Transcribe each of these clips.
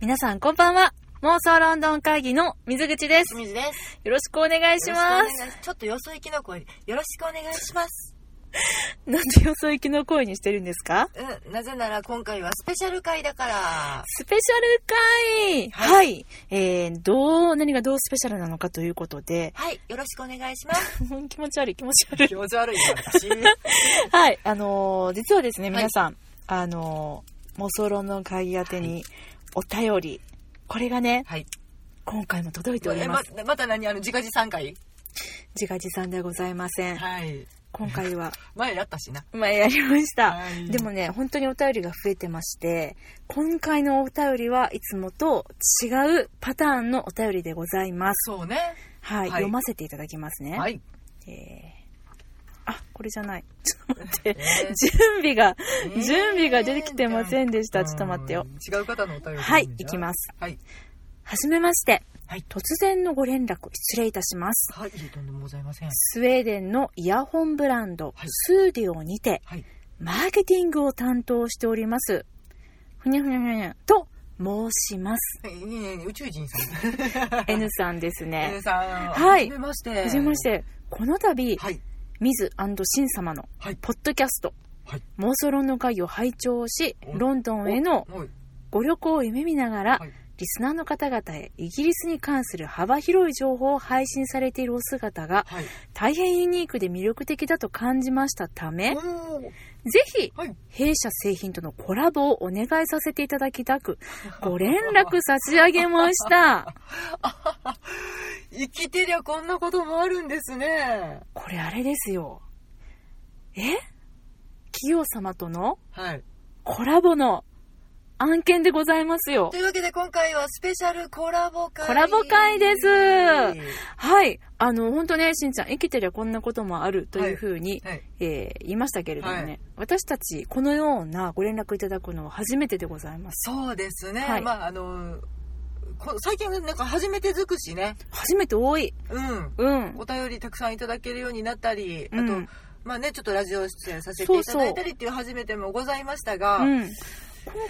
皆さんこんばんは。妄想ロンドン会議の水口です。清水です。よろしくお願いしよまろしくおす。願いし。ちょっとよそ行きの声、よろしくお願いします。なんでよそ行きの声にしてるんですかうん、なぜなら今回はスペシャル回だから。スペシャル会はい、えー、どう、何がどうスペシャルなのかということで、はい、よろしくお願いします。気持ち悪い 気持ち悪い。持ち悪いよ、 私。 はい、あのー実はですね、い皆さん、あのー妄想論の会議宛てにお便り、これがね、はい。今回も届いておりえま。ますまた何あの、自家自賛回自画自賛でございません。はい。今回は、前やったしな。まあ、やりました、はいでもね、本当にお便りが増えてまして、今回のお便りはいつもと違うパターンのお便りでございます。そうね。はい、はい読ませていただきますね。はい。えーあ、これじゃない。ちょっと待って。えー準備が、えー準備が出てきてませんでした。ちょっと待ってよ。。うん違う方のお便り。はい、いきます。はい。はじめまして。はい突然のご連絡、失礼いたします。はい、とんでもございません。スウェーデンのイヤホンブランド、はいスーディオにて、はい。マーケティングを担当しております。ふにゃふにゃふにゃふにゃと申します。はいねえねえねえ宇宙人さん。 N さんですね皆。 さん、はいはじめまして。はじめまし。て、この度、はい。ミズシン様のはい。ポッドキャスト、はい。妄想論の会を拝聴し、おロンドンへのはい。ご旅行を夢見ながら、はいリスナーの方々へイギリスに関する幅広い情報を配信されているお姿がはい。大変ユニークで魅力的だと感じましたため、ぜおーひはい。弊社製品とのコラボをお願いさせていただきたく、ご連絡差し上げま した。生きてりゃこんなこともあるんですね。これあれですよ。え企業様とのはい。コラボの案件でございますよと。いうわけで今回はスペシャルコラボ会。コラボ会ですははい。あの、本当ね、しんちゃん、生きてりゃこんなこともあるというふうに、い。えー言いましたけれどもね、はい私たち、このようなご連絡いただくのは初めてでございます。そうですね。はいまあ、あの、こ最近なんか初めて尽くしね。初めて多い。うん。うん。お便りたくさんいただけるようになったり、あと、うんまあね、ちょっとラジオ出演させていただいたりっていう初めてもございましたが、うん。今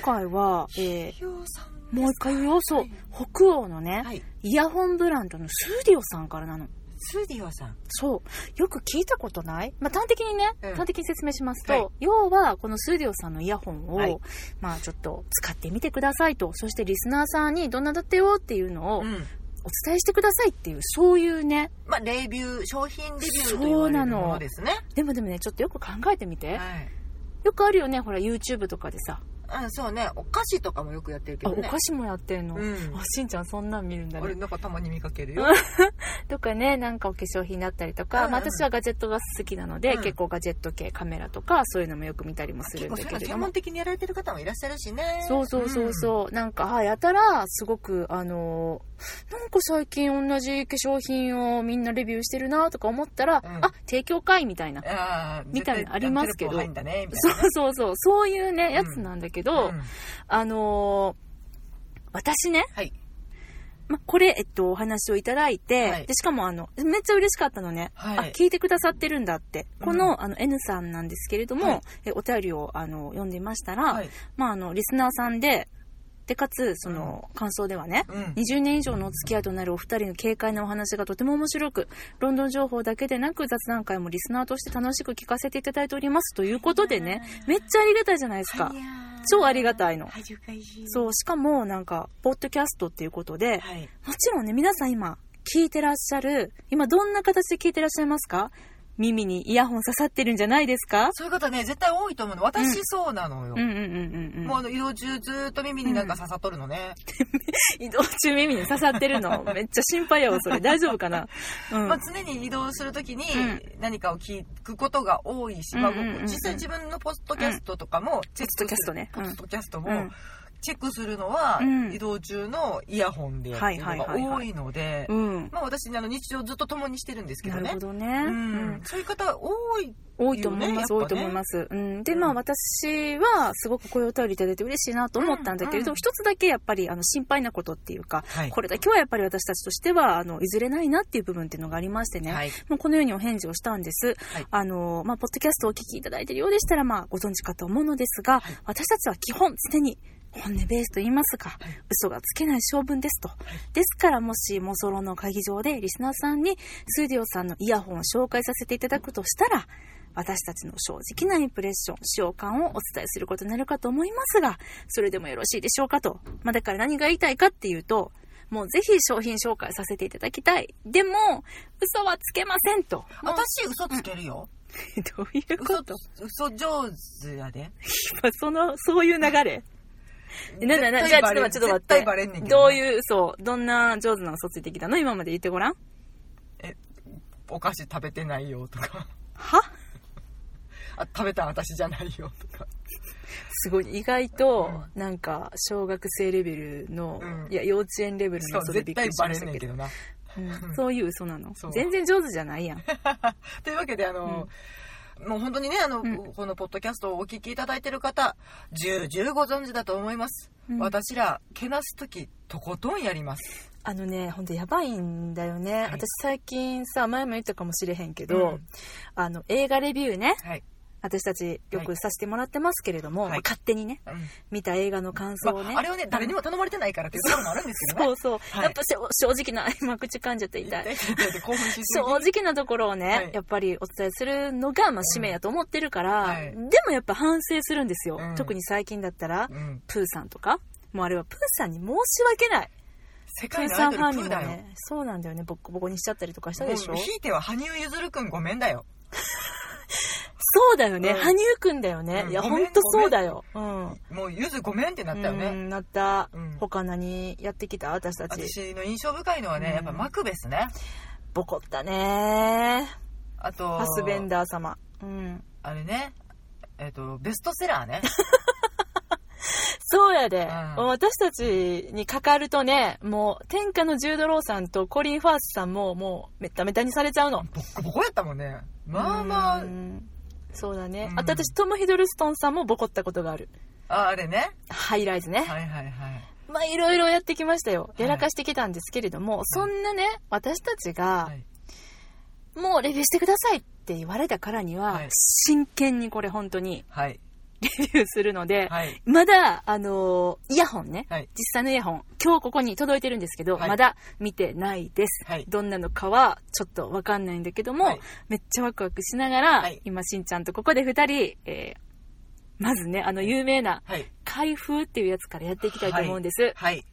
回は、えひよさんーもう一回言おう。そうは。北欧のね、はい。イヤホンブランドのスーディオさんからなの。スーディオさん。そう。よく聞いたことないまあ、端的にね、うん端的に説明しますと、はい要は、このスーディオさんのイヤホンを、はいまあ、ちょっと使ってみてくださいと、そしてリスナーさんにどんなだったよっていうのをおうん。伝えしてくださいっていう、そういうね、まあ、レビュー、商品レビューと言われるものですね。でもでもね、ちょっとよく考えてみて。はい。よくあるよね、ほら、YouTube とかでさ、うん、そうね。お菓子とかもよくやってるけあ、どおね。菓子もやってんの。うんあ、。しんちゃんそんなん見るんだ俺ね。なんかたまに見かけるよ。とかね、なんかお化粧品だったりとうんか、うんまあ私はガジェットが好きなので、うん結構ガジェット系カメラとか、そういうのもよく見たりもする結んだ構そういうけのれど専も門。的にやられてる方もいらっしゃるしね。そうそうそうそう、なんかあやたらすごくあのーなんか最近同じ化粧品をみんなレビューしてるなとか思ったら、うんあ提供会みたいな、うん。ああ、みたいなありますけど絶対ダンテルポー入んだねみたそうそうそうそういうねやつなんだけど、いな。うんあのー私ね、はい。ま、これ、えっと、お話をいただいて、はいでしかもあのめっちゃ嬉しかったのね、はいあ聞いてくださってるんだって、うんこのあの N さんなんですけれども、はいえお便りをあの読んでいましたら、はい。まあ、あのリスナーさんででかつその感想ではね、うん。 20年以上のお付き合いとなるお二人の軽快なお話がとても面白く、ロンドン情報だけでなく雑談会もリスナーとして楽しく聞かせていただいております。ということでね、めっちゃありがたいじゃないですか。超ありがたいの恥ずかしい。そう、しかもなんか、ポッドキャストっていうことで、はい。もちろんね、皆さん今、聞いてらっしゃる、今どんな形で聞いてらっしゃいますか耳にイヤホン刺さってるんじゃないですかそういう方ね、絶対多いと思うの。私そうなのようん。うんうんうんもううん。あの、移動中ずーっと耳になんか刺さっとるのね。移動中耳に刺さってる の、めっちゃ心配やわ、それ。大丈夫かなうん。まあ、常に移動するときにう何かを聞くことが多いし、うんまあ、うんうんうん実際自分のポストキャストとかもチェッポッドクキャスすトる、ねうポんッドキャストうもんチェックするのはうん移動中のイヤホンでやってるのが多いので、うん。まあ、私あの日常ずっと共にしてるんですけなどるねほ。どね。ううんん、そういう方多い、多いと思います、いいよね多いと思います。うん、で、うんまあ私はすごくこういうお便りいただいて嬉しいなと思ったんだけれど、うんうん一つだけやっぱりあの心配なことっていうか、はいこれだけはやっぱり私たちとしてはあの譲れないなっていう部分っていうのがありましてね、はいもうこのようにお返事をしたんです。はいあの、まあ、ポッドキャストをお聞きいただいているようでしたら、まあ、ご存知かと思うのですが、私たちは基本常に本音ベースと言いますか、嘘がつけない性分ですと。ですから、もし、モソロの会議場でリスナーさんに、スーディオさんのイヤホンを紹介させていただくとしたら、私たちの正直なインプレッション、使用感をお伝えすることになるかと思いますが、それでもよろしいでしょうかと。まあ、だから何が言いたいかっていうと、もうぜひ商品紹介させていただきたい。でも、嘘はつけませんと。もう私、嘘つけるよ。 どういうこ嘘と、嘘上手やで。今その、そういう流れ。ななな、じゃあちょっと待って、ちょっと待って。絶対バレんねんけど。どういう嘘どんな上手な嘘ついてきたの今まで言ってごらん。お菓子食べてないよとか。はあ、食べたん私じゃないよとか。すごい、意外と、なんか、小学生レベルの、うんいや、幼稚園レベルそのう、嘘でび絶っく対りしましバレんたねんけけど。どな。うんそういう嘘なのそう。全然上手じゃないやん。 というわけで、あの、もう本当にね、あの、んこのポッドキャストをお聞きいただいてる方、重々ご存知だと思います。うん私ら、けなすとき、とことんやります。あのね、ほんとやばいんだよね。い私最近さ、前も言ったかもしれへんけど、うんあの、映画レビューね、はい。私たちよくさせてもらってますけれども、はいまあ勝手にね、うん見た映画の感想をね。まあ、あれはね、誰にも頼まれてないからっていうところもあるんですけどそね。うそう。はいやっぱしょ正直な、今口噛んじゃって痛い。痛い痛い痛い興奮しすぎ正て直なところをね、はいやっぱりお伝えするのが、まあ、使命やと思ってるから、はいでもやっぱ反省するんですよ。うん特に最近だったら、うん。プーさんとか、もうあれはプーさんに申し訳ない。世プ界ーのさアんイフドァンルプにーもだよ。ね、そうなんだよね、ボッコボコにしちゃったりとかしたもうでしょ。ひいては羽生結弦くんごめんだよ。そうだよね、うん羽生くんだよね。うんいや、ごほめんんとそうだよ。うん。もうゆずごめんってなったようね。んなった。うん他何やってきた私たち。私の印象深いのはね、うんやっぱマクベスね。ボコったねあと、パスベンダー様。うん。あれね、えっ、と、ベストセラ ーね。そうやで、うん私たちにかかるとね、もう天下のジュード・ローさんとコリン・ファースさんももうめっためたにされちゃうの。ボッコボコやったもんね。まあまあう、んそうだね。うんあと私、トム・ヒドルストンさんもボコったことがある。ああれね。ハイライズね。はいはいはい。まあいろいろやってきましたよ。いやらかしてきたんですけれども、そんなね、私たちがは、い、もうレビューしてくださいって言われたからには、はい真剣にこれ本当にはい、レビューするので、はい、まだ、あのーイヤホンね、はい実際のイヤホン、今日ここに届いてるんですけど、はいまだ見てないです。はいどんなのかは、ちょっとわかんないんだけども、はいめっちゃワクワクしながら、はい今、しんちゃんとここで二人、えー、まずね、あの、有名な、はい、開封っていうやつからやっていきたいと思うんです。はい。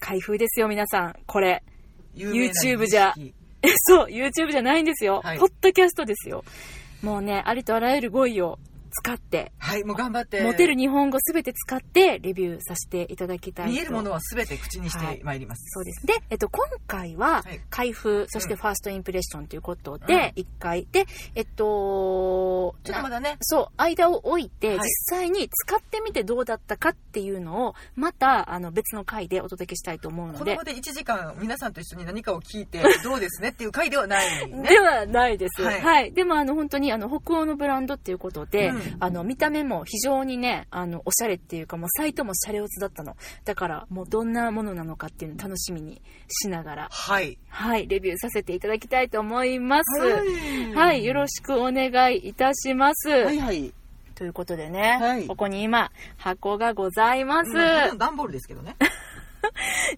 開封ですよ、皆さん。これ。有名な YouTube じゃ儀式えそう、YouTube じゃないんですよ。はいポッドキャストですよ。もうね、ありとあらゆる語彙を使って、はい、もう頑張って。モテる日本語すべて使って、レビューさせていただきたいと見えるものは全て口にしはていまいります。そうです。で、えっと、今回ははい、開封、そしてファーストインプレッションということうんで、一回。で、えっと、ちょっとまなだね、そう、間を置いて、はい実際に使ってみてどうだったかっていうのを、また、あの、別の回でお届けしたいと思うのこでの。場で1時間皆さんと一緒に何かを聞 いて、どうですねっていう回ではないね。ではないです。ははいい。でも、あの、本当に、あの、北欧のブランドっていうことで、うんあの、見た目も非常にね、あの、おしゃれっていうか、もう、サイトもシャレオツだったの。だから、もう、どんなものなのかっていうのを楽しみにしながら、はい。はい、レビューさせていただきたいと思います。はいはい、よろしくお願いいたします。はいはい。ということでね、はいここに今、箱がございます。うん段ボールです けどね。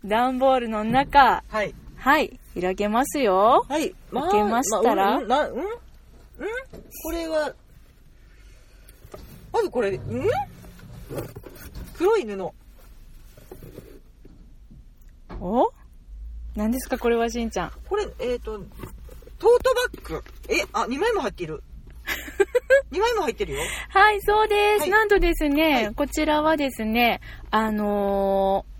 段ボールの中、はい。はい、開けますよ。はい。ま開けましたらまあうんな、うんうんこれは、まずこれ、うん黒い布。お何ですか、これはしんちゃん。これ、えっ、と、トートバッグ。え、あ、2枚も入って いる。2枚も入ってるよ。はい、そうです。はいなんとですね、はいこちらはですね、あのー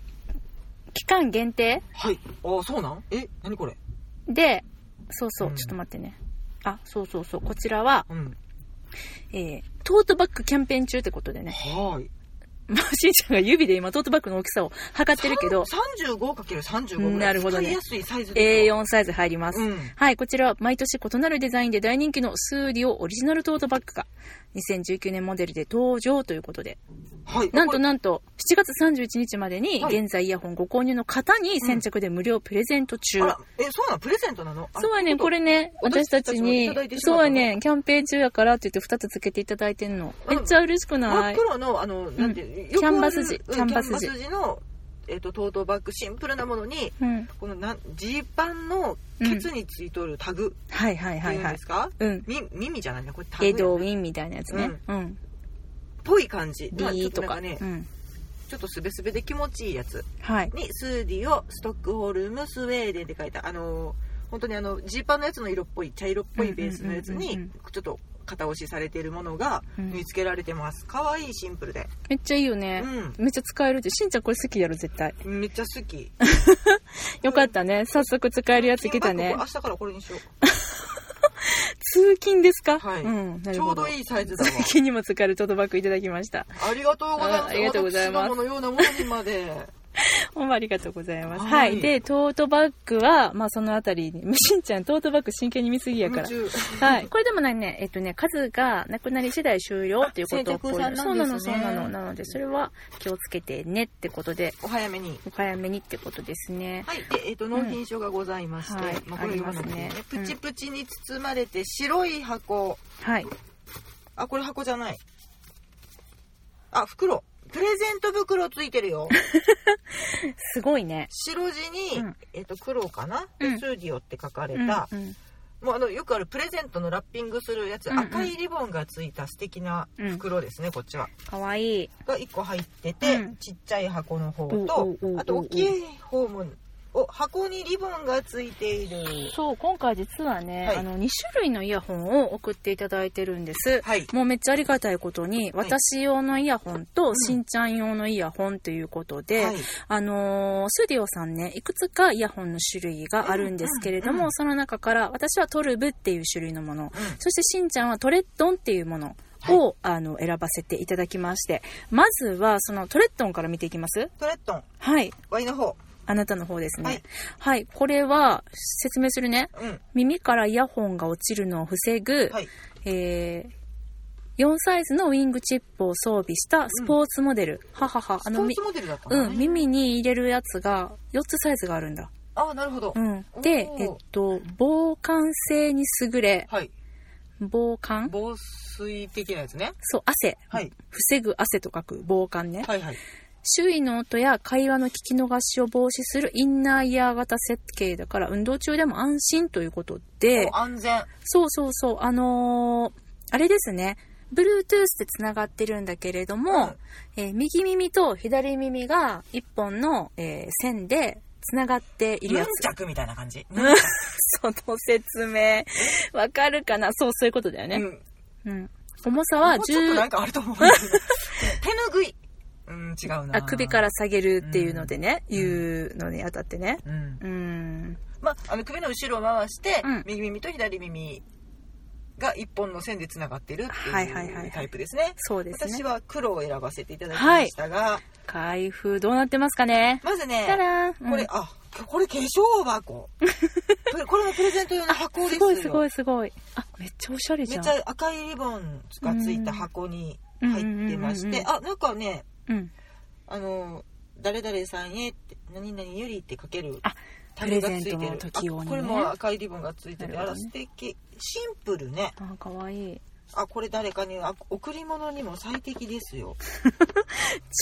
期間限定はい。あ、そうなんえ、何これで、そうそう、うんちょっと待ってね。あ、そうそうそう、こちらは、うん。えートートバッグキャンペーン中ってことでね。はーい。まあ、しんちゃんが指で今トートバッグの大きさを測ってるけど、 35×35 ぐらい。なるほどね使いやすいサイズですよ。 A4 サイズ入ります。うん。はい、こちらは毎年異なるデザインで大人気のスーディオオリジナルトートバッグが2019年モデルで登場ということで、はい。なんとこれなんと、7月31日までに、はい現在イヤホンご購入の方に先着で無料プレゼント中。あら、え、そうなのプレゼントなのあそうやねん、といこれね、私私たたちちににいただいて、しまそったのうやねん、キャンペーン中やからって言って2つつけていただいてんの。うめんっちゃ嬉しく真なっい黒の、あの、なんていう、キャンバス地よくあるうんキャンバス地キャンバス地の、えっと、トートバッグ、シンプルなものに、うん。このなん、ジーパンのケツについとるタグはいはいってはいいうはんいで。すかうん。み耳じゃないね、これタグエやね。ドウィンみたいなやつね。うん。っぽい感じ。まあちょ D っととなんか。かねう、ん。ちょっとすべすべで気持ちいいやつはい。に、スーディオ、ストックホルム、スウェーデンって書いた、あのー、本当にあの、ジーパンのやつの色っぽい、茶色っぽいベースのやつうんうんうんにうん、ちょっと型押しされているものがうん縫い付けられてます。かわいい、シンプルで。めっちゃいいよね。めっちゃ使えるって。しんちゃんこれ好きやろ、絶対。うん。めっちゃ好き。よかったね。早速使えるやつ来たね金箔明。日からこれにしよ通勤ですかはいうん。なう。ちるょほうどど。いいサイズだ通 わ。勤にも使えるトートバッグいただきました。ありがとうございます。あありがとうございます私どものようなものにまで。ほんまありがとうございます。ははいい。で、トートバッグは、まあそのあたりに、 しんちゃんトートバッグ真剣に見すぎやから。夢中はい。これでもないね、えっとね、数がなくなり次第終了っていうことっぽいあ先着さそうんななんの、でそすねうなの。なので、それは気をつけてねってことで、お早めに。お早めにってことですね。はい。で、えっ、と、納品書がございまして、うんはいまあ、これ読まなくていいありね。ますねプチプチに包まれて白い箱。はい。あ、これ箱じゃない。あ、袋。プレゼント袋ついてる よ。すごいね。白地に、うんえっ、と、黒かな、でうんスーディオって書かれうんた、うんもうあの、よくあるプレゼントのラッピングするやつ、うんうん赤いリボンがついた素敵な袋ですね、こっちは。かわいい。が1個入ってて、うんちっちゃい箱の方おうとおうおうおうあと大きい方もお箱にリボンがついているそう、今回実はね、はいあの、2種類のイヤホンを送っていただいてるんです。はいもうめっちゃありがたいことに、はい私用のイヤホンと、しんちゃん用のイヤホンということで、はいあのースディオさんね、いくつかイヤホンの種類があるんですけれども、うんうんうんその中から、私はトルブっていう種類のもの、うんそしてしんちゃんはトレッドンっていうものを、あの、選ばせていただきまして、まずは、そのトレッドンから見ていきますトレットンはい。ワイの方あなたの方ですね。ははいい。これは、説明するね。うん耳からイヤホンが落ちるのを防ぐ、はいえー、4サイズのウィングチップを装備したスポーツモデル。ははは。あスポの、ーみツモデルだったのうねん、耳に入れるやつが4つサイズがあるんだ。ああなるほど、うん。おーで、えっと、防寒性に優れ、はい防寒防水的なやつねそう、汗。はい防ぐ汗と書く防寒ね。はいはい周囲の音や会話の聞き逃しを防止するインナーイヤー型設計だから、運動中でも安心ということでもう、安全そうそうそう、あのーあれですね。Bluetooth で繋がってるんだけれども、うんえー右耳と左耳が一本の、えー線で繋がっているヌやンつ。チャクみたいな感じ、その説明、わかるかなそう、そういうことだようね。んうん。重さもはうちょっとなん10、かあると思うんだけ ど手ぬぐいうん違うなあ首から下げるっていうのでね、いうのにあたってね。うんうん。まあ、あの首の後ろを回して、うん右耳と左耳が一本の線でつながってるってはいはいはいはいいうタイプですね。そうですね私。は黒を選ばせていただきましたが、開封どうなってますかねまずたね、らーんこれ、うんあ、これ化 粧箱。これこれはプレゼント用の箱ですすよ。ごいすごいすごい。あ、めっちゃおしゃれめじっゃんち。ゃ赤いリボンがついた箱に入ってまうしんうんうんうんて、あ、なんかね、うん。あの、誰々さんへって、何々ゆりって書ける。あタグがついてるプレゼントの時用にねあこれも赤いリボンがついてなて、あるほらどね素敵。シンプルね。あ、かわいい。あこれ誰かにあ贈り物にも最適で すよ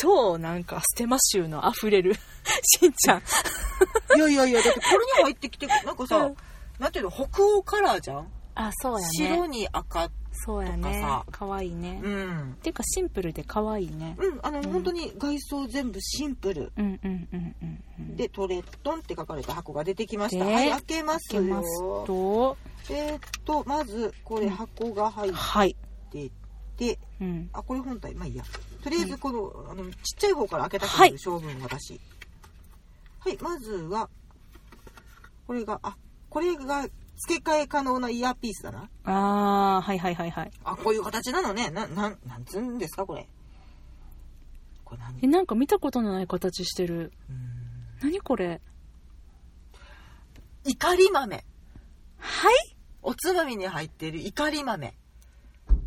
超なんか、ステマ臭の溢れる。 しんちゃん。いやいやいやだってこれに入ってきてなんかさ、うんなんていうの北欧カラーじゃん、あ、そうや白ね。に赤そうやとかねさ。かわいいね。うっんていうか、シンプルでかわいいね。うんあの、ん本当に外装全部シンプルうんうんうんうんうん。でトレットンって書かれた箱が出てきましたではい開けます開けますよと、えーっとまずこれうん箱が入っはい。てて、うん。あこれ本体まあいいやとりあえずこの,、あのちっちゃい方から開けたくはないる性分私はいまずはこれがあこれが付け替え可能なイヤーピースだなあー、はいはいはいはい。あこういう形なのねななんなんつうんですかこれこれ何うえ、なんか見たことのない形してる。ーん何これ怒り豆はいおつまみに入ってる怒り豆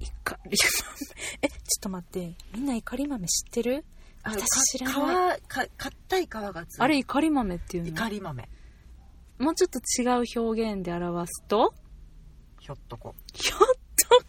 いか、いや えちょっと待ってみんなイカリ豆知ってるあのか私知らない皮か硬い皮がついあれイカリ豆っていう怒のり豆もうちょっと違う表現で表すとひょっとこひょっと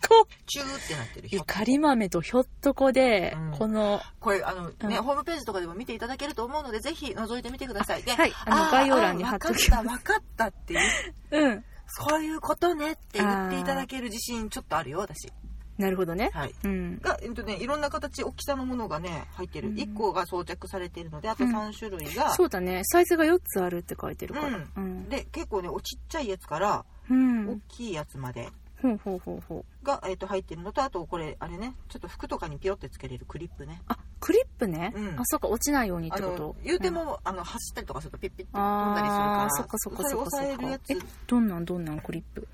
こチューってなってるひょっとこ怒り豆とひょっとこで、うんこのこれあの、ねうんホームページとかでも見ていただけると思うのでぜひ覗いてみてくださいではいあの概要欄に貼っときます分かった分かったっていううんそういうことねって言っていただける自信ちょっとあるよ私なるほどねはいうんがえっとねいろんな形大きさのものがね入ってる、うん一1個が装着されているのであと3種類が、そうだねサイズが4つあるって書いてるからうんうん、で結構ねおちっちゃいやつからうん大きいやつまでほうほうほうほうが、えっと入ってるのとあとこれあれねちょっと服とかにピロってつけれるクリップねあクリップね、うんあそうか落ちないようにっあてこのと言うてんも、あの走ったりとかするとピッピッて飛んだりするからあーそっかそっかそっかそれそっ抑えるやかえつどんなんどんなんクリップ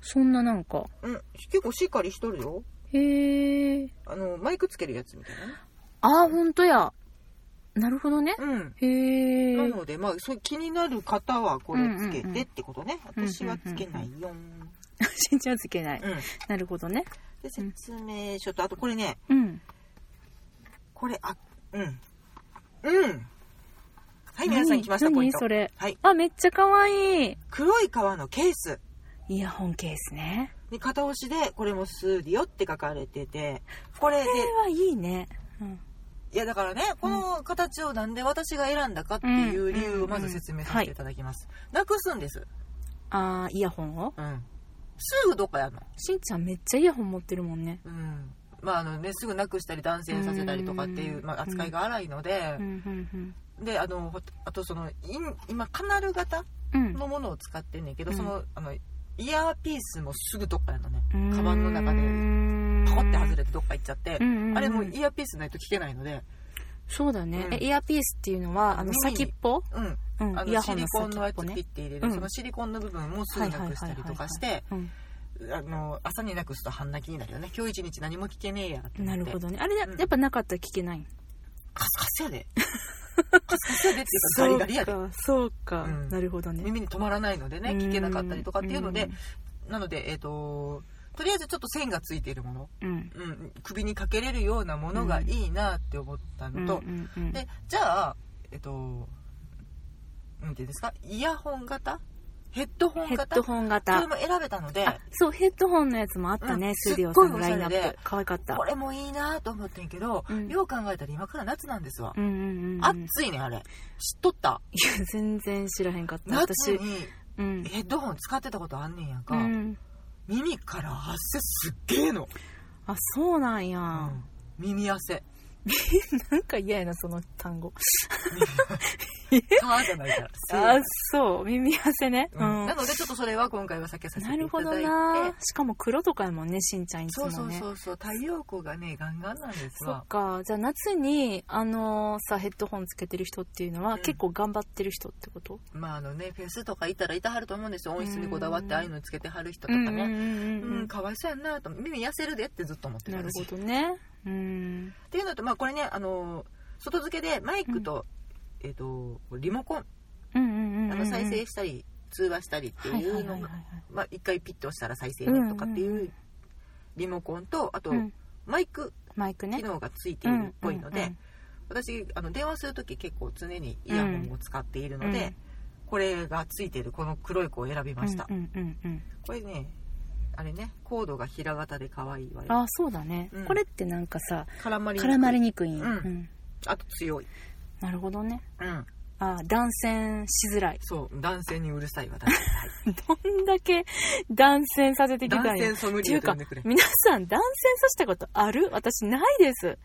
そんななんかうん結構しっかりしとるよへえあのマイクつけるやつみたいあーほんとやなるほどねなうんへえなのでまあそう気になる方はこれつけうんうんうんてってことね、私はつけないよ、ん 信じはつけない、うんなるほどねで説明書とあとこれねうんこれあうんうんはい皆さん何来ましたポイン何トそれはいあめっちゃ可愛い黒い革のケースイヤホンケースねに片押しでこれもスーディオって書かれててこれでこれはいいね、うん、いやだからねこの形をなんで私が選んだかっていう理由をまず説明させていただきます、なくすんですあーイヤホンをうんすぐどっかやんのしんちゃんめっちゃイヤホン持ってるもんねうんまああのね、すぐなくしたり断線させたりとかっていう、うんまあ、扱いが荒いのでう、んであのほあとそのイン今カナル型うんうんのものを使ってんねんけど、うんそのあのイヤーピースもすぐどっかやのねうんカバンの中でパコって外れてどっか行っちゃって、うんうんうんあれもうイヤーピースないと聞けないので、そうだね、うんえイヤーピースっていうのはあの耳に先っぽ、うん、うんあ、イのヤシホンリのコンのや先っつぽね切って入れる、うんそのシリコンの部分もすぐなくしたりとかしてうんあの朝になくすと半泣きになるよね今日一日何も聞けねえやってななっるてほどねあれやうんやっぱなかったら聞けないカスカスやでカスカスやでっていうかガリガリやでそうかそうか、うんなるほどね耳に止まらないのでね聞けなかったりとかっていうので、なのでえっ、ととりあえずちょっと線がついているもの、うんうんうん、首にかけれるようなものがいいなって思ったうんのと、うんうんでじゃあえっとなんていうんですかイヤホン型ヘッドホンヘッ型ドホン型それも選べたのであそうヘッドホンのやつもあったね、うんスーディオさんのすっごいおしラゃイれンナでップ可愛かったこれもいいなと思ってんけど、うんよう考えたら今から夏なんですわ、うんうんうんうんい暑いねあれ知っとったや全然知らへんかった夏私にうんヘッドホン使ってたことあんねんやんうか、ん耳から汗すっげえの、あそうなんや、うん耳汗なんか嫌やなその単語皮じゃないからあそう耳汗ねうんなのでちょっとそれは今回は避けさせてないただるいほどてなしかも黒とかやもんねしんちゃんいつもそうねそうそうそう太陽光がねガンガンなんですそわっかじゃあ夏にあのさヘッドホンつけてる人っていうのは、うん結構頑張ってる人ってことまああのねフェスとかいたらいたはると思うんですよ音質にこだわってああいうのつけてはる人とうかんうんうねんううんん、かわいそうやんなと耳痩せるでってずっと思ってたなる私ほどねうんっていうのとまあこれねあの外付けでマイクと、えっ、とリモコンうんうんうんうんあの再生したり通話したりってはいいはういはのいがはいまあ一回ピッと押したら再生ねとかってうんうんういうリモコンとあとうんマイクマイクね機能がついているっぽいのうんうでん私あの電話する時結構常にイヤホンを使っているので、うんこれがついているこの黒い子を選びました、うんうんうんうんこれねあれねコードが平型で可愛いわよあそうだね、うんこれってなんかさ絡まりにくい絡まりにくいん、うんあと強いなるほどねうんあ断線しづらい そう男性にうるさい私はいどんだけ断線させてきたん男や性ソムってリいエうと呼かんでくれ皆さん断線させたことある私ないです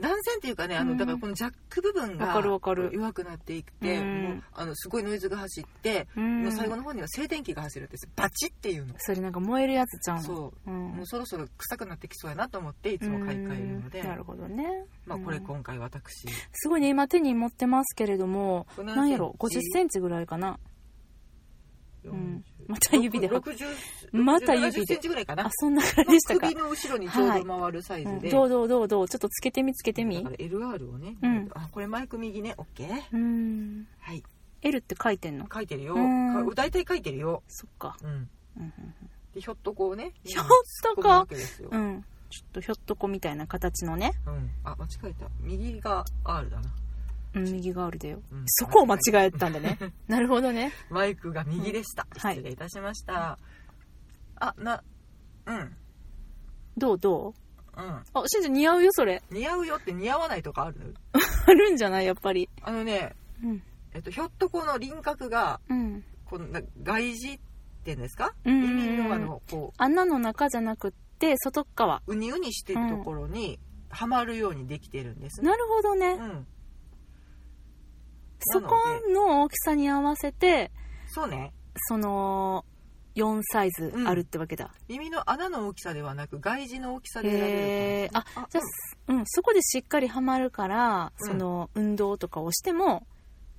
男性っていうかねあの、うんだからこのジャック部分わがかるわかる弱くなっていって、うんもうあのすごいノイズが走って、うんもう最後の方には静電気が走るんですバチっていうの、それなんか燃えるやつちゃうの、そうん、もうそろそろ臭くなってきそうやなと思っていつも買い替えるのでうんなるほどね、まあこれうん今回私すごいね今手に持ってますけれどもこのなんやろセンチ50センチぐらいかなうんまた指で6 0また指でセンチぐらいかあなそんなぐらいでしたか首の後ろにちょうど回るサイうズんで、どうどうどうどうちょっとつけてみつけてだみから LR をね、うんあこれマイク右ね OK うんはい L って書いてんの書いてるようんか大体書いてるよ、そっかうん、うんうんでひょっとこうねひょっとこ突っ込むわけですようんちょっとひょっとこみたいな形のね、うん。あ、間違えた。右が R だな。うん、右側あるだよ、うんそこを間違えたんだねなるほどねマイクが右でした。はい失礼いたしました。あ、な、うん、うん。どうどうあしんちゃん似合うよそれ似合うよって似合わないとか あるあるんじゃないやっぱりあのね、うんえっと、ひょっとこの輪郭が、うんこのな外耳っていうんですかうんうんうん耳のあの、こ穴の中じゃなくって外っ側う、うにうにしてるところに、はまるようにできてるんですね。なるほどね、うん。そこの大きさに合わせてそうね。その4サイズあるってわけだ、耳の穴の大きさではなく、外耳の大きさで選べると思う。へえああじゃあ、うん、そこでしっかりはまるから、うんその運動とかをしても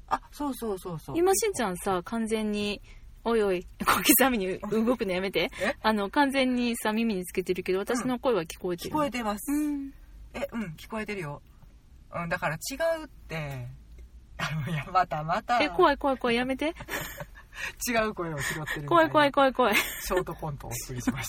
あ、そうそうそうそう。今しんちゃんさ完全においお い小刻みに動くのやめてえあの完全にさ耳につけてるけど私の声は聞こえて聞るね、こえてます。うんえ、うん、聞こえてるよ。うん、だから違うって。あのいや、またまた。え怖い怖い怖いやめて違う声を拾ってる。怖い怖い。怖い怖いショートコントをお送りしまし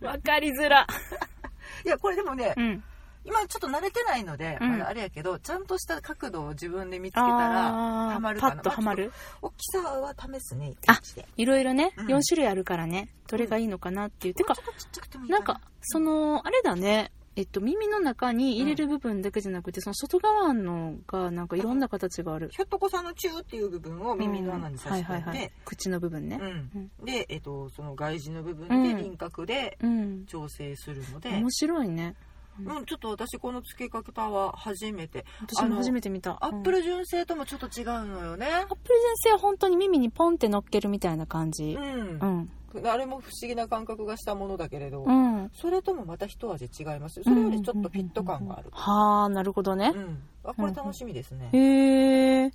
た。わかりづら いや、これでもね、うん今ちょっと慣れてないので、うんまだあれやけど、ちゃんとした角度を自分で見つけたら、あはまーるパかなッとはまる大きさは試すね、あこっちで。いろいろね、うん4種類あるからねどれがいいのかなっていう、てかもうちょっとちっちゃくてもいいなんか、その、あれだね。えっと、耳の中に入れる部分だけじゃなくて、その外側のが、なんかいろんな形がある。ひょっとこさんのチューっていう部分を耳の穴に差しうんはい込んはいはでい、。口の部分ねう。ん。で、えっと、その外耳の部分うでん輪郭でうん。調整するので、面白いね。うん、ちょっと私この付け方は初めて。私も初めて見た。アップル純正ともちょっと違うのよね。うんアップル先生は本当に耳にポンって乗っけるみたいな感じう。んう。ん。あれも不思議な感覚がしたものだけれど、うん。それともまた一味違いますよ。それよりちょっとフィット感がある。はあ、なるほどねう。ん。あ、これ楽しみですね。へえ。あ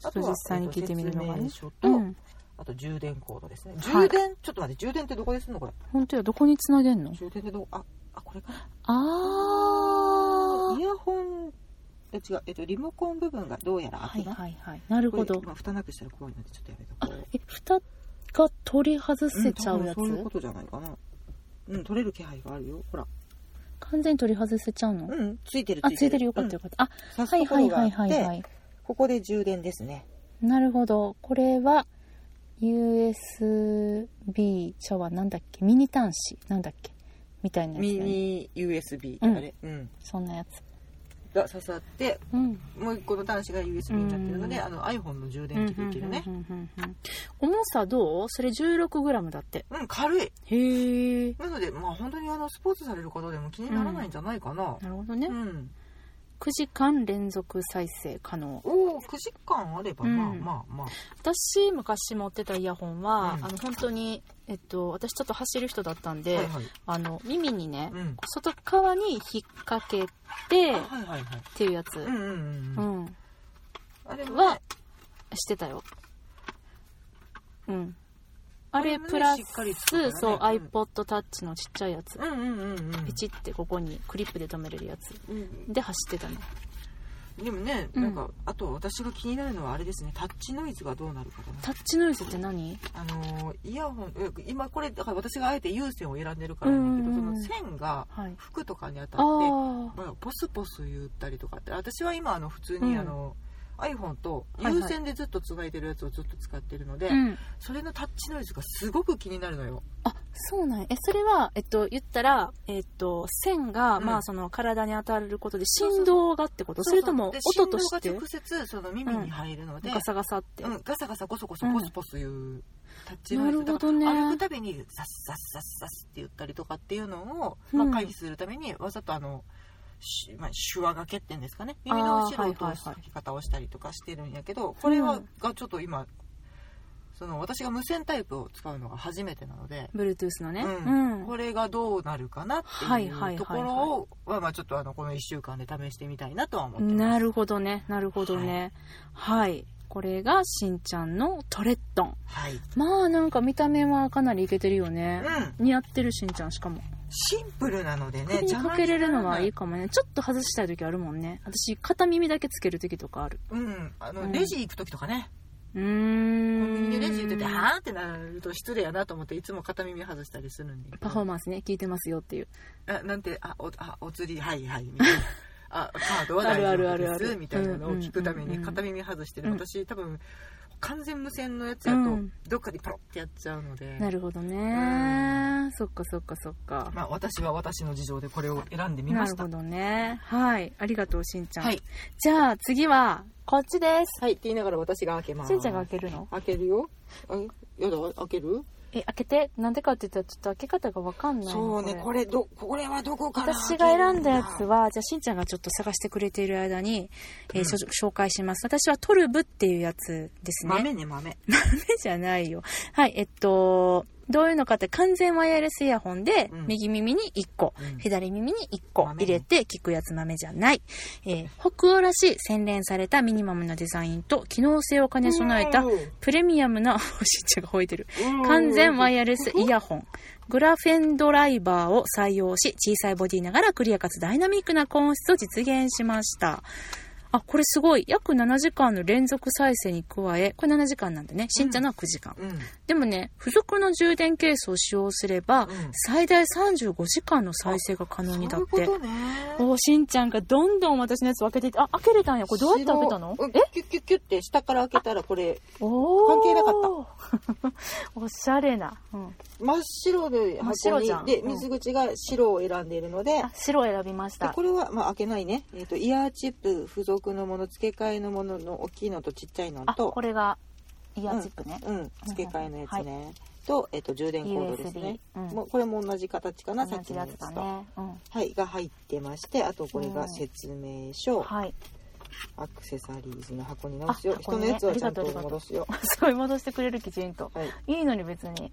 ちょっと実際に聞いてみるのがねえっと説明書と、うん。あと充電コードですね。は充い電、ちょっと待って、充電ってどこですんのこれ。本当や、どこに繋げんの充電ってどこあ、あ、これかな。あイヤホン、え、違う、えっと、リモコン部分がどうやらあ。は開いくな。はいはい。なるほこどれ。今蓋なくしたら怖いので、ちょっとやめとあこう。、え、蓋が取り外せちゃうやつん多分そういうことじゃないかなうん取れる気配があるよほら完全に取り外せちゃうの、うんついてるあついてるよかったよかった、うんあ刺はいすとこはろいがあはっいてはいはいここで充電ですねなるほどこれは USB シャワーなんだっけミニ端子なんだっけみたいなやつ、ミね、ニ USB うんあれうんそんなやつが刺さってうんもう一個の端子が USB になってるのでうんあの iPhone の充うんう電ん器できるねうんうんうん重さどうそれ 16g だってうん軽いへえなのでまあ本当にあのスポーツされる方でも気にならないんじゃないかななるほどね、うん9時間連続再生可能おお9時間あればうんまあまあまあ私昔持ってたイヤホンは、うんあの本当にえっと私ちょっと走る人だったんで、はいはいあの耳にね、うん外側に引っ掛けてっあはいはいはいていうやつ、うんうんううんん、あれはしてたよ、うん、ああれれもねプラス、しっかりつくからねそううん iPodTouch のちっちゃいやつ、うんうんうんうんペチってここにクリップで止めれるやつうんで走ってたねでもね、うんなんかあと私が気になるのはあれですねタッチノイズがどうなるかだなタッチノイズって何あのーイヤホンえ今これだから私があえて有線を選んでるからやねうんけどんそうんうのん線がはい服とかに当たあってあまあ、ポスポス言ったりとかって私は今あの普通うにんあの、iPhone とはいは有い線でずっとつないでるやつをずっと使ってるので、うんそれのタッチノイズがすごく気になるのよあそうなんやえそれは、えっと、言ったら、えっと、線が、うんまあ、その体に当たることでそうそう振動がってことそれともで音として振動が直接その耳に入るので、ガサガサって、うん、ガサガサゴソゴソポスポスいう、タッチノイなズるほどねだから歩くたびにサッサッサッサッって言ったりとかっていうのを、まあ、うん回避するためにわざとあの、しまあ、手話がけっていうんですかね耳の後ろあーはいはをいは通いす書き方をしたりとかしてるんやけどこれはうんがちょっと今その私が無線タイプを使うのが初めてなので。 Bluetooth のね。うんうんこれがどうなるかなはっていはいいはいはういところをはまあちょっとあのこの1週間で試してみたいなとは思ってます。なるほどね、なるほどね。はい。これがしんちゃんのトレットン。はい、まあなんか見た目はかなりいけてるよね。うん、似合ってるしんちゃんしかも。シンプルなのでね首にかけれるのはいい邪かもね。ちょっと外したい時あるもんね。私、片耳だけつける時とかある。魔にならないうんあの、うんレジ行く時とかねうコーん。ンビニでレジ言ってて、はーってなると失礼やなと思って、いつも片耳外したりするんで。パフォーマンスね、聞いてますよっていう。あなんて、あ、お、あ、お釣り、はいはい、み たいな。あ、カードは大ある丈あるあ夫るであす、るみたいなのを聞くためうんうんうんにうん片耳外してる。うん私、多分、完全無線のやつやうとん、どっかでパロってやっちゃうので。なるほどね。そっかそっかそっか。まあ、私は私の事情でこれを選んでみなまるしたほ。どね。はい。ありがとう、しんちゃん。はい。じゃあ次は、こっちです。はい、って言いながら私が開けます。しんちゃんが開けるの開けるよ。あ、やだ、開けるえ、開けて、なんでかって言ったらちょっと開け方がわかんないなそうね、これ、ど、これはどこから私が選んだやつは、は、じゃあしんちゃんがちょっと探してくれている間に、えーしょ紹介します。私はトルブっていうやつですね。豆ね、豆。豆じゃないよ。はい、えっと、どういうのかって完全ワイヤレスイヤホンでうん、右耳に1個、うん左耳に1個豆ね入れて聞くやつ豆じゃない。えー北欧らしい洗練されたミニマムなデザインと機能性を兼ね備えたうんプレミアムな、お しんちゃんが吠えてる。完全ワイヤレスイヤホン。グラフェンドライバーを採用し、小さいボディながらクリアかつダイナミックな高音質を実現しました。あ、これすごい。約7時間の連続再生に加え、これ7時間なんでね、新茶のは9時間。うん。でもね、付属の充電ケースを使用すれば、ん最大35時間の再生が可能にだっそうていうこ。とね。おしんちゃんがどんどん私のやつを開けていって、あ、開けれたんや。これどうやって開けたの後ろうんキュッキュッキュッって下から開けたらこれお関係なかった。 おしゃれな。うん真っ白で真っ箱白にじゃんでうん水口が白を選んでいるのであ、白を選びましでた。これはまあ開けないね、えー、とイヤーチップ付属のもの付け替えのものの大きいのとちっちゃいのあ、とこれがイヤーチップね。うん、付け替えのやつね、と,、えー、と充電コードですね、 USB うんもうこれも同じ形かなさ同っきじのややつつとだね。うん。はい、が入ってましてあとこれが説明書、はい。 アクセサリーズの箱に直すよ、あ人箱のにねやつはちゃんとありがとう戻すよすごい戻してくれるきちんと。はいいいのに別に。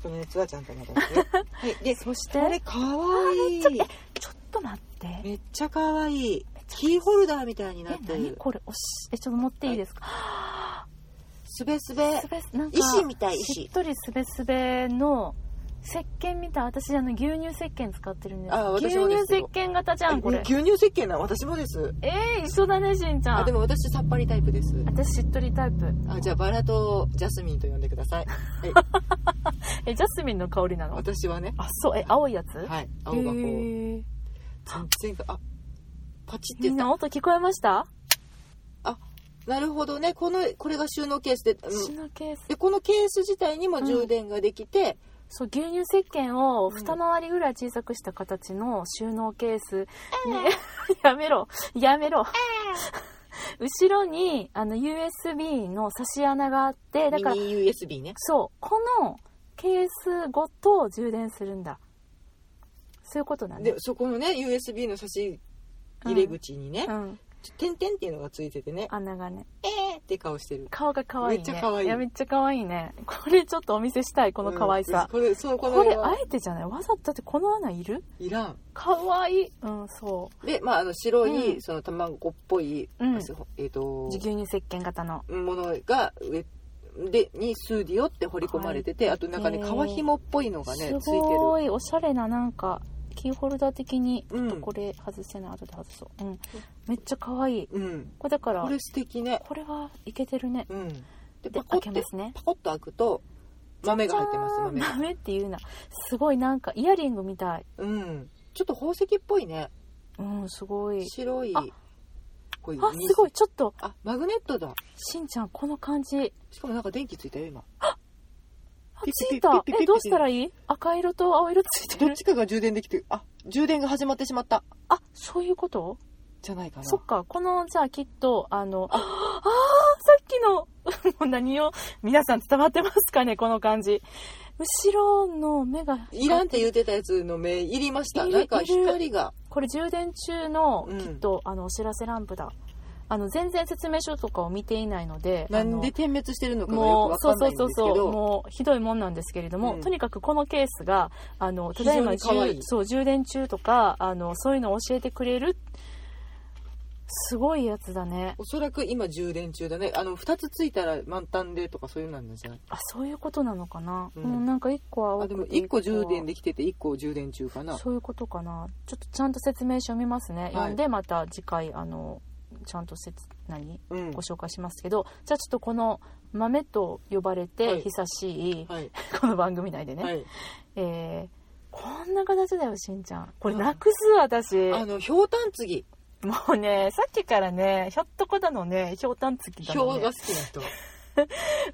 人のやつはちゃんと戻 すよはいでこそして、れかわいいちょっと待って。めっちゃ可愛いキーホルダーみたいになっえ、て何るこれ、おし、え、ちょっと持っていいですかすべすべすべす、なんか、石みたいし石っとりすべすべの、石鹸みたい。私、あの、牛乳石鹸使ってるんですあ牛私も乳です石よ鹸型じゃん、これえ。牛乳石鹸な私もですえー、一緒だね、しんちゃあでん。も私さっぱりタイプです私、しっとりタイプ。あじゃあバラとジャスミンと呼んでくだ さい、はい、え、ジャスミンの香りなの私はねあ、そう、え、青いやつはい青箱へ全ー然かあパチってみんたな音聞こえましたなるほどねこのこれが収納ケースで、うんシナケースでこのケース自体にも充電ができて、そう牛乳石鹸を二回りぐらい小さくした形の収納ケースに、 やめろやめろ後ろにあの USB の差し穴があってだからミニ USB ねそうこのケースごと充電するんだそういうことなんだでそこのね USB の差し入れ口にね、うん点々っていうのがついててね穴がねえーって顔してる顔が可愛いねめっちゃ可愛いやめっちゃ可愛いねこれちょっとお見せしたいこの可愛さ、うんこれそうこのこれ色あえてじゃないわざとだってこの穴いるいらんかわいいうんそでまああの白い、うんその卵っぽい、うんえっ、うと牛乳石鹸型のものが上でにスーディオって彫り込まれててあとなんかねえー革紐っぽいのがねすついてごいおしゃれななんかキーホルダー的にちうんょっとこれ外せない、後で外そう、うん、めっちゃかわいいるうんこれだからここれれ素敵ねはいけてるねうんででパコ開っけて、ますねパコッと開くと豆が入ってます豆じゃーがん豆っていうなすごいなんかイヤリングみたいうんちょっと宝石っぽいねうんすごい白いあこういうあすごいちょっとあマグネットだしんちゃんこの感じしかもなんか電気ついたよ今あピつピいピピたピピえどうしたらいい赤色と青色ついてどっるちかが充電できてあ充電が始まってしまったあそういうことじゃないかなそっか、この、じゃあきっと、あの、ああー、さっきの、 もう何を、皆さん伝わってますかね、この感じ。後ろの目が、いらんって言ってたやつの目いりましたいるなんかいる光がこれ充電中のう、んきっと、あの、お知らせランプだ。あの、全然説明書とかを見ていないので、なあんので点滅してるのかがよもくうわ、そかうんそなういんでそうすけそう、どもうひどいもんなんですけれども、うんとにかくこのケースが、あの、ただいま非常に可愛いじゅうそう、充電中とか、あの、そういうのを教えてくれる、すごいやつだね。おそらく今充電中だねあの2つついたら満タンでとかそういうのなんだじゃないあそういうことなのかな、うんもうなんか1個はあ青でくもて1個充電でできてて1個充電中かなそういうことかなちょっとちゃんと説明書見ますね、い読んでまた次回あのちゃんとせつ何うんご紹介しますけど、じゃあちょっとこの豆と呼ばれはてい久しい、はい、この番組内でね、はい、えーこんな形だよしんちゃんこれうんなくす私、あのひょうたんつぎもうねさっきからねひょっとこだのねひょうたんつきだひょの、うがね好、きな人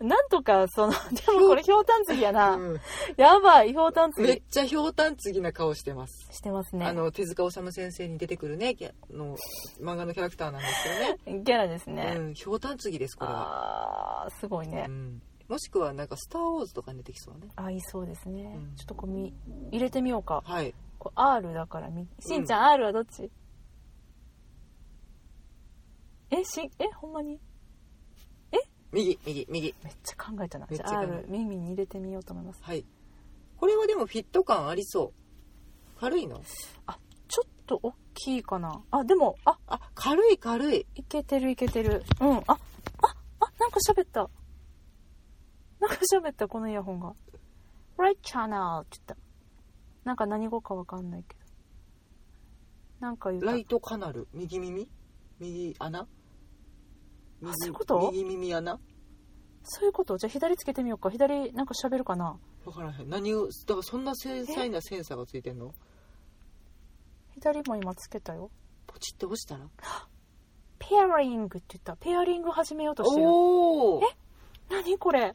なんとかそのでもこれひょうたんつきやな、うんやばいひょうたんつめっきちゃひょうたんつぎな顔してますしてますねあの手塚治虫先生に出てくるねキャの漫画のキャラクターなんですギャラですけどね、ね、うん、ひょうたんつぎですこれは、あーすごいね、うん、もしくはなんか「スター・ウォーズ」とかに出てきそうね合いそうですね、うんちょっとこうみ入れてみようかはいこれ R だからみしんちゃん R はどっち、えしんえほんまに右右右めっちゃ考えたなめっじちゃゃあ考えた R 耳に入れてみようと思いますはいこれはでもフィット感ありそう軽いのちょっと大きいかなあでもああ軽い軽いいけてるいけてるうんあああなんか喋ったなんか喋ったこのイヤホンが「Right channel」って言ったなんか何語かわかんないけどなんか言ったライトカナル右耳右穴右そういうこと右耳穴そういうことじゃあ左つけてみようか左なんか喋るかな分からへん何をだからそんな繊細なセンサーがついてんの左も今つけたよポチって押したらペアリングって言ったペアリング始めようとしてるおお何これ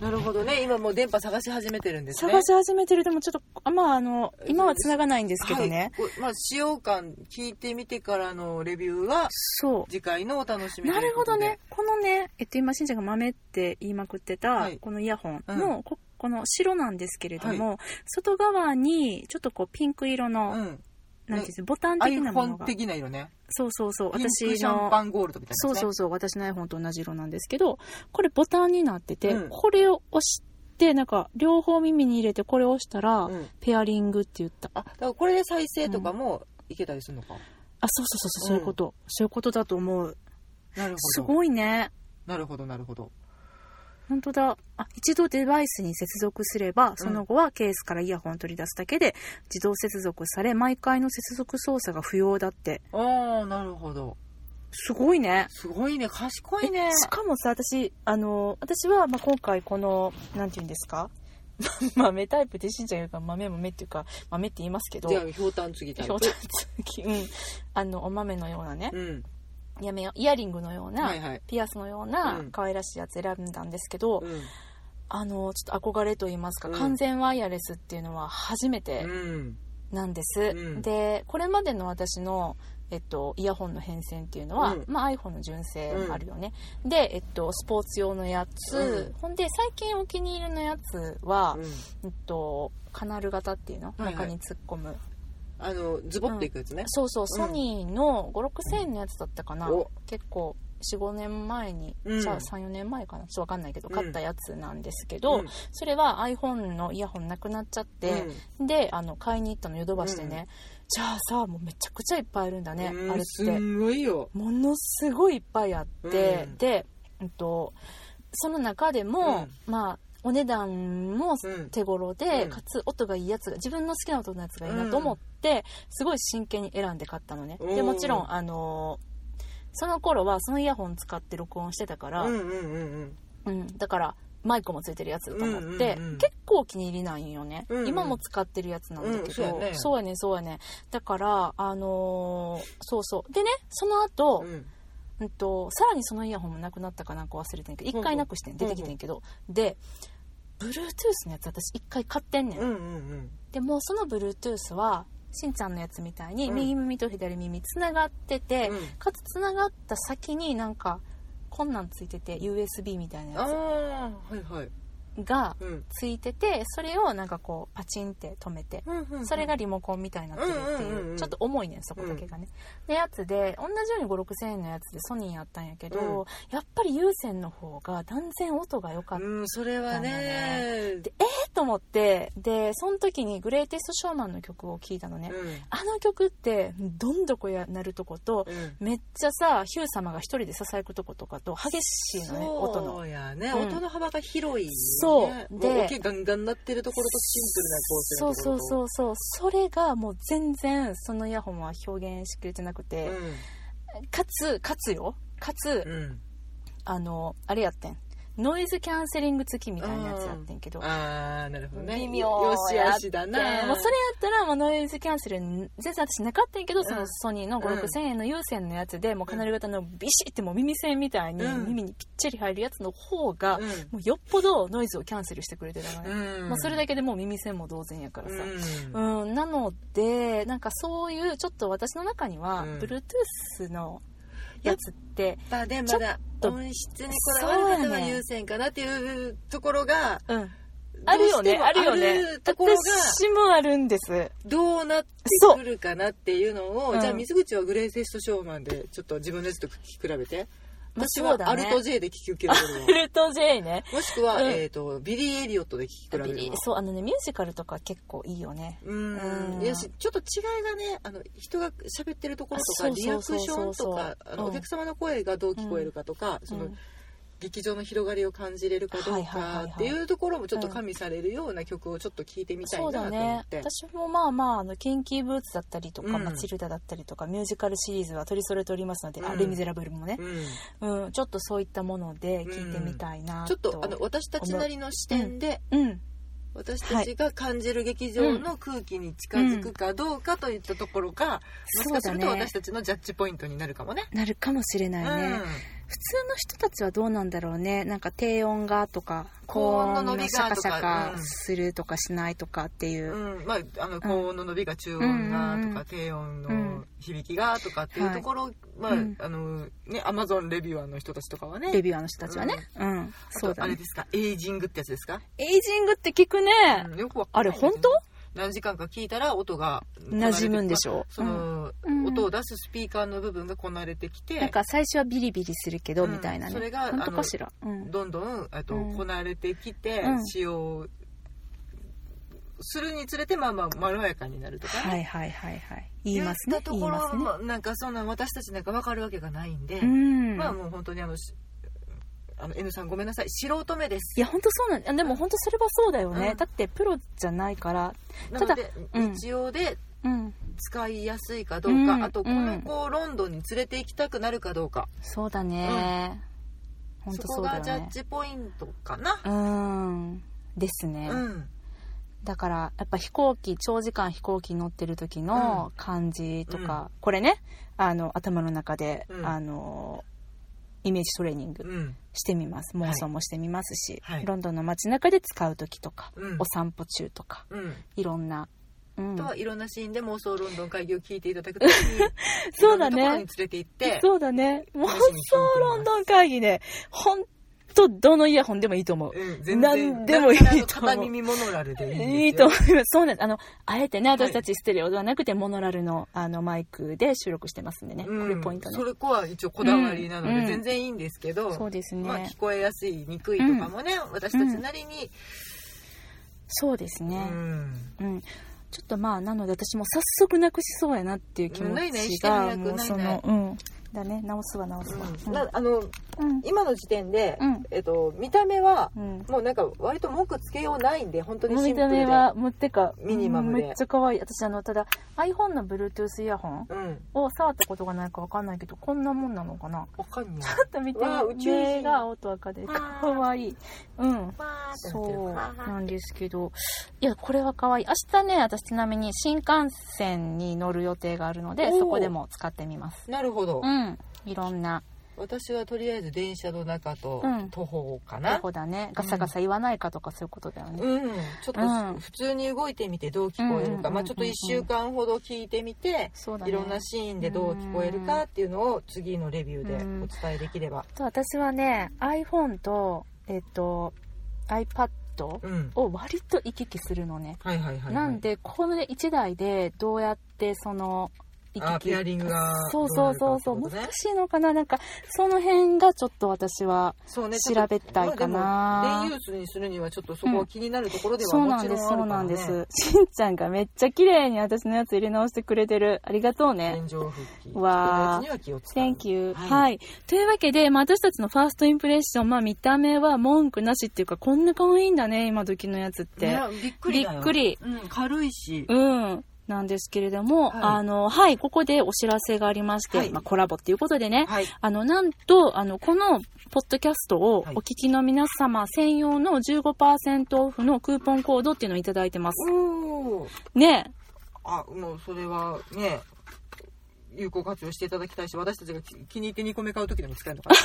なるほどね今もう電波探し始めてるんですね探し始めてるでもちょっとあまああの今は繋がないんですけどね、はいこまあ、使用感聞いてみてからのレビューがそう次回のお楽しみなといるうほことどでね。このね、えっと、今、しんちゃんが豆って言いまくってたはい、このイヤホンの、ここの白なんですけれども、外側に、ちょっとこう、ピンク色の、うんなんていうんですボタン的なもの iPhone が。的な色ねそうそうそう。ピンク私シャンのパ、ンゴールドみたいなそうやつねそうそう。私の iPhone と同じ色なんですけど、これボタンになってて、うんこれを押して、なんか、両方耳に入れてこれを押したら、うんペアリングって言った。あだからこれで再生とかもいけたりするのか、あ、そうそうそうそう、そういうこと。そういうことだと思う。なるほどすごいね。なるほどなるほど本当だあ一度デバイスに接続すればその後はケースからイヤホンを取り出すだけで自動接続され毎回の接続操作が不要だってああなるほどすごいねすごいね賢いねえしかもさ私あの私は、まあ、今回このなんて言うんですか 豆タイプでしんちゃん言うから豆豆っていうか豆って言いますけどじゃあひょうたん継ぎたいひょうたんつ きうんあのお豆のようなねうんやめようイヤリングのような、はいはいピアスのよううなん可愛らしいやつ選んだんですけど、うんあのちょっと憧れと言いますか、うん完全ワイヤレスっていうのは初めてうんなんです、うんでこれまでの私の、えっと、イヤホンの変遷っていうのは、うんまあ、iPhone の純正うんあるよね、で、えっと、スポーツ用のやつ、うんほんで最近お気に入りのやつは、うえんっと、カナル型っていうの、いはい中に突っ込むあのズボッといくやつね、そうそうソニーの5 6 0円のやつだったかな、お結構45年前に、うんじゃあ34年前かなちょっと分かんないけどうん買ったやつなんですけど、それは iPhone のイヤホンなくなっちゃって、であの買いに行ったのヨドバシでね、じゃあさもうめちゃくちゃいっぱいあるんだね、うんあれすってんごいよものすごいいっぱいあって、うんで、うんと、その中でも、まあお値段もうん手頃で、うんかつ音がいいやつが自分の好きな音のやつがいいなと思って、すごい真剣に選んで買ったのねおでーもちろんあのーその頃はそのイヤホン使って録音してたから、ううんんうんうんだからマイクもついてるやつだと思って、うんうんうん結構お気に入りなんよね、うんうん今も使ってるやつなんだけど、うんそうやねそうやねそうやねだからあのーそうそうでねその後、うんうんうんとさらにそのイヤホンもなくなったかなんか忘れてんけどほうほう一回なくしてん出てきてんけどで Bluetooth のやつ私一回買ってんねん、うんうんでもうその Bluetooth はしんちゃんのやつみたいにうん右耳と左耳つながってて、うんかつつながった先になんかこんなんついてて USB みたいなあやあはいはいつがうんついててそれをなんかこうパチンって止めてうんうんうんそれがリモコンみたいになってるっていう,、うんうんうんうんちょっと重いねんそこだけがね、でやつで同じように56000円のやつでソニーやったんやけど、やっぱり有線の方が断然音が良かった、うんそれはねでと思ってでその時にグレイテストショーマンの曲を聴いたのね、あの曲ってどんどこやなるとことうんうんめっちゃさヒュー様が一人でささやくとことかと激しいのね音のそうやね、うん音の幅が広い、ね、そうででオケガンガン鳴ってるところとシンプルな構成そうのとこそろうとそうそうそれがもう全然そのイヤホンは表現しきれてなくて、うんかつ、かつよ。かつ、うんあの、あれやってん。ノイズキャンセリング付きみたいなやつやってんけど。ああなるほどね微妙よしやあってしだでなもうそれやったらもうノイズキャンセル全然私なかったんやけど、そうのんソニーの5 6 0 0 0円の有線のやつでもうカナル型のビシッてもう耳栓みたいにうん耳にぴっちり入るやつの方が、うんもうよっぽどノイズをキャンセルしてくれてたのね、うんまあ、それだけでもう耳栓も同然やからさ、ううんんなのでなんかそういうちょっと私の中には、うん Bluetooth のやつって、やっぱでまだと音質にこだわるそ方うやがね優先かなっていうところがうん、あるよねどうしてもあるよねあるところが私もあるんですどうなってくるかなっていうのをそうじゃあうん水口はグレイセストショーマンでちょっと自分のやつと聞き比べてまあ私はそうだアねルト J で聞き受けられ るわフルト J ねもしくは、うんえー、とビリー・エリオットで聞き比べるわそうあのねミュージカルとか結構いいよねうんいやしちょっと違いがねあの人が喋ってるところとあそかうリそアうクそうシそョうンそうとかあのうんお客様の声がどう聞こえるかとか、そのうん劇場の広がりを感じれるかどうはいはいはいかはいっていうところもちょっと加味されるような曲をちょっと聴いてみたいそうだなと思ねって。私もまあまああのキンキーブーツだったりとか、うんマチルダだったりとかミュージカルシリーズは取り揃えておりますので、うんあレ・ミゼラブルもねう、んうんちょっとそういったもので聞いてみたいなちと、ょっとあの私たちなりの視点でうん私たちが感じる劇場の空気に近づくかどうかといったところが、もしそうかすだるとね私たちのジャッジポイントになるかもね。なるかもしれないね、普通の人たちはどうなんだろうねなんか低音がとか高高音音のの伸シびがャカシャカとかうんするとかしないとかっていう、うんまあ、あの高音の伸びが中音がうんとうんうか、ん低音うんの響きがとかっていうところ、まあ、うんあのねアマゾンレビュアーの人たちとかはねレビュアーの人たちはねうん、あそうとだあれねですかエイジングってやつですか、エイジングって聞くね、うんよくわかあんれないですね本当何時間か聞いたら音が馴染むんでしょうその、うん音を出すスピーカーの部分がこなれてきてなんか最初はビリビリするけど、うんみたいなねそれが本当かしら、うん、どんどんあとうんこなれてきて、うん使用するにつれてまあまあまろやかになるとかね、はいはいはいはい言いますね言った言といころますねもなんかそんな私たちなんか分かるわけがないんで、うん、まあもう本当にあのしあの N さんごめんなさい素人目ですいや本当そうなんあでも本当それはそうだよね、うんだってプロじゃないからなのでただうん日曜でうん使いやすいかどうか、うんあとこの子をロンドンに連れて行きたくなるかどうか、そうだね、本そ当こそうだがよジャねッジポイントかな、うんですね、うんだからやっぱ飛行機長時間飛行機に乗ってる時の感じとか、これねあの頭の中で、うんあのイメージトレーニングうんしてみますはい妄想もしてみますし、はいロンドンの街中で使う時とか、うんお散歩中とかうんいろんな、うんあとはいろんなシーンで妄想ロンドン会議を聞いていただくときに そうだねいろんなところに連れて行ってそうだね妄楽しみにして想みてくださいロンドン会議ね本当どのイヤホンでもいいと思う、うん、全何然でもいいと思うだからあの片耳モノラルでいいんですよいいと 思います。そうなんです。あの、あえてね、はい私たちステレオではなくて、モノラルの、あの、マイクで収録してますんでね。うんこれポイントねそ。れこは一応こだわりなのうんうんで全然いいんですけど、そうですまあ、ね聞。こえやすいにくいとかもね、私たちなりに、そうですうね。んうん。ちょっとまあ、なので私も早速なくしそうやなっていう気持ないないちしてなが、いもうないそないの、うん。だね、直すわ直すわ。うんなあのうん。今の時点で、うんえっと、見た目はうん。もうなんか割と文句つけようないんで本当にもうシン見プルたで目は、もうてか、ミニマムでめっちゃ可愛い。私、あの、ただ、iPhone の Bluetooth イヤホンうんを触ったことがないかわかんないけど、こんなもんなのかなわ かんないちょっと見てわあ宇宙人目が青と赤でわあかわいいうんわーってなってるそうわーなんですけどいやこれはかわいい明日ね私ちなみに新幹線に乗る予定があるのでおーそこでも使ってみますなるほど、うんいろんな私はとりあえず電車の中とうん徒歩かとな、こだねガサガサ言わないかとかそういうことだよねうん、ちょっうんと普通に動いてみてどう聞こうんうんえうるんうか、んまあ、ちょっと1週間ほど聞いてみて、そうだねいろんなシーンでどう聞こえるかっていうのを次のレビューでうんお伝えできれば。あと私はね iPhone とえっと iPad うん。を割と行き来するのねはいはいはいはい。なんでこの1台でどうやってそのあペアリングがそうそうそうそうどう難なるかってことねしいのかななんかその辺がちょっと私はそうね、調べたいかなまあでもデイユースにするにはちょっとそこは気になるところではそうもなちんろですんあそうるかならんね。ですしんちゃんがめっちゃ綺麗に私のやつ入れ直してくれてるありがとうね現状復帰。わー人のやつには気をつけ Thank you は、はいいというわけで、まあ、私たちのファーストインプレッション、まあ、見た目は文句なしっていうかこんな可愛いんだね今時のやつって、びっくりだよ。びっくりうん、軽いし。うんなんですけれども、はいあの、はい、ここでお知らせがありまして、はいまあ、コラボっていうことでね、はい。あの、なんと、あの、このポッドキャストをはいお聞きの皆様専用の15%オフのクーポンコードっていうのをいただいてます。おーねあ、もうそれはね、有効活用していただきたいし、私たちが気気に入って2個目買う時でも使えるのかな。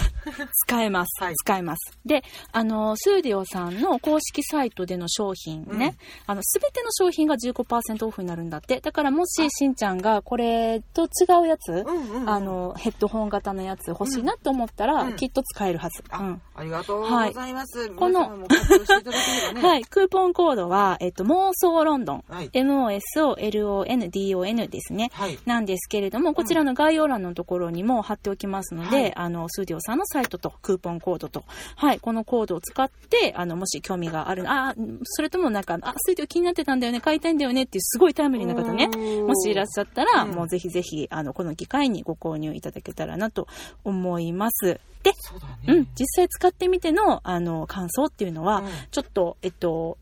え使えます、はい使えます。で、あの、スーディオさんの公式サイトでの商品ね、あの、すべての商品が15%オフになるんだって。だからもし、しんちゃんがこれと違うやつ、うんうんうんあ、の、ヘッドホン型のやつ欲しいなと思ったら、うんきっと使えるはず。うあん、ありがとうございます。この皆様も活用していただければね。 はい、クーポンコードは、えっと、妄想ロンドン。はい。 MOSOLONDON ですね。はい。なんですけれども、こちらの概要欄のところにも貼っておきますので、はいあの、スーディオさんのサイトとクーポンコードと、はい、このコードを使って、あの、もし興味がある、あー、それともなんか、あ、スーディオ気になってたんだよね、買いたいんだよねっていうすごいタイムリーな方ね、もしいらっしゃったら、うんもうぜひぜひ、あの、この機会にご購入いただけたらなと思います。で、そうだね。うん、実際使ってみての、あの、感想っていうのは、うんちょっと、えっと、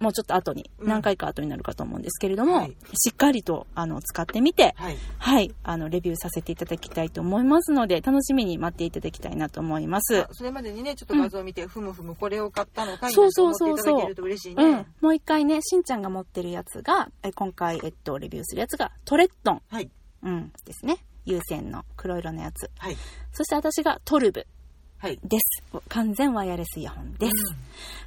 もうちょっと後に、うん何回か後になるかと思うんですけれども、はいしっかりと、あの、使ってみて、はい。はい、あの、レビューさせていただきたいと思いますので、楽しみに待っていただきたいなと思いますあ。それまでにね、ちょっと画像を見て、ふむふむこれを買ったのかいそうなとそ思うってそうそういただけると嬉しいね。うん、もう一回ね、しんちゃんが持ってるやつが、え今回、えっと、レビューするやつが、トレットン、はい。うん、ですね。優先の黒色のやつ。はい。そして私がトルブはい。です。完全ワイヤレスイヤホンです。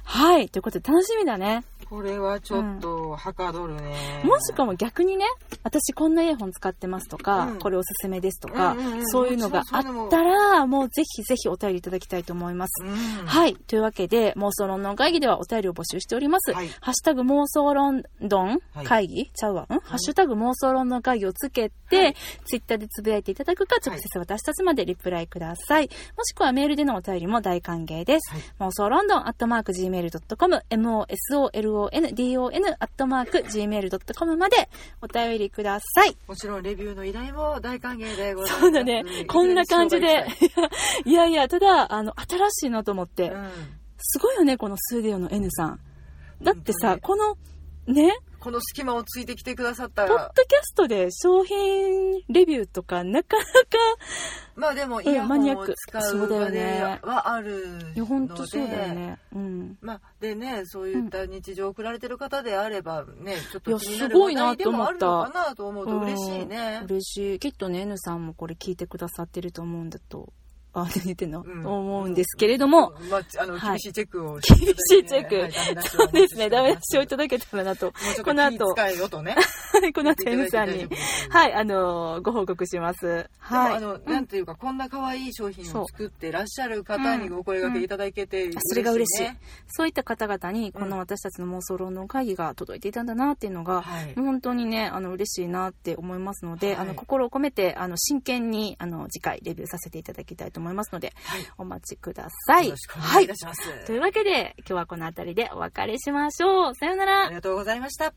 はい、ということで楽しみだね。これはちょっと、はかどるね。もしかも逆にね、私こんなイヤホン使ってますとか、うんこれおすすめですとか、うんうんうんそういうのがあったら、もうぜひぜひお便りいただきたいと思います。うん。はい。というわけで、妄想論論会議ではお便りを募集しております。はいハッシュタグ妄想論論はい会議、ちゃうわ。ん、ハッシュタグ妄想論論会議をつけて、ツイッターでつぶやいていただくか、直接私たちまでリプライください。もしくはメールでのお便りも大歓迎です。はい妄想ロンドンアットマーク Gmail.com、mosolondon アットマーク Gmail.com までお便りください。もちろん、レビューの依頼も大歓迎でございます。そうだね。こんな感じでい。いやいや、ただ、あの、新しいなと思って。きなり紹介したいうんすごいよね、このスーディオの N さん。だってさ、本この、ね、この隙間をついてきてくださったポッら、ドキャストで商品レビューとかなかなか、まあでも、んイヤホマニアンッをク使そううだよ場ねではあるので。いや、ほんとそうだよね。うん。まあ、でね、そういった日常を送られてる方であればね、ちょっいやと気になするご話いな題ってで思もあっるたのかなと思うと嬉しいね。嬉しい。きっとね、N さんもこれ聞いてくださってると思うんだと、あ、何言ってんの、うん思うんですけれども、うん、まあ、あの、はい厳しいチェックを厳しいチェック。そそうですね、ダメ出しをいとただけたらなと、もうちょっことの気後に、使えよと ね。この後 N さんに、い。はい、あのーご報告します。は、はいい。あの、なんていうか、こんな可愛い商品そうを作ってらっしゃる方にお声掛けいただけて、それが嬉しいね。そういった方々に、こうのん私たちの妄想論の会議が届いていたんだなっていうのが、はい。本当にね、あの、嬉しいなって思いますので、はいあの、心を込めて、あの、真剣に、あの、次回レビューさせていただきたいと思いますので、はいお待ちください。よろしくお願いいたはします。い。というわけで、今日はこの辺りでお別れしましょう。さようならあり。がとうございました。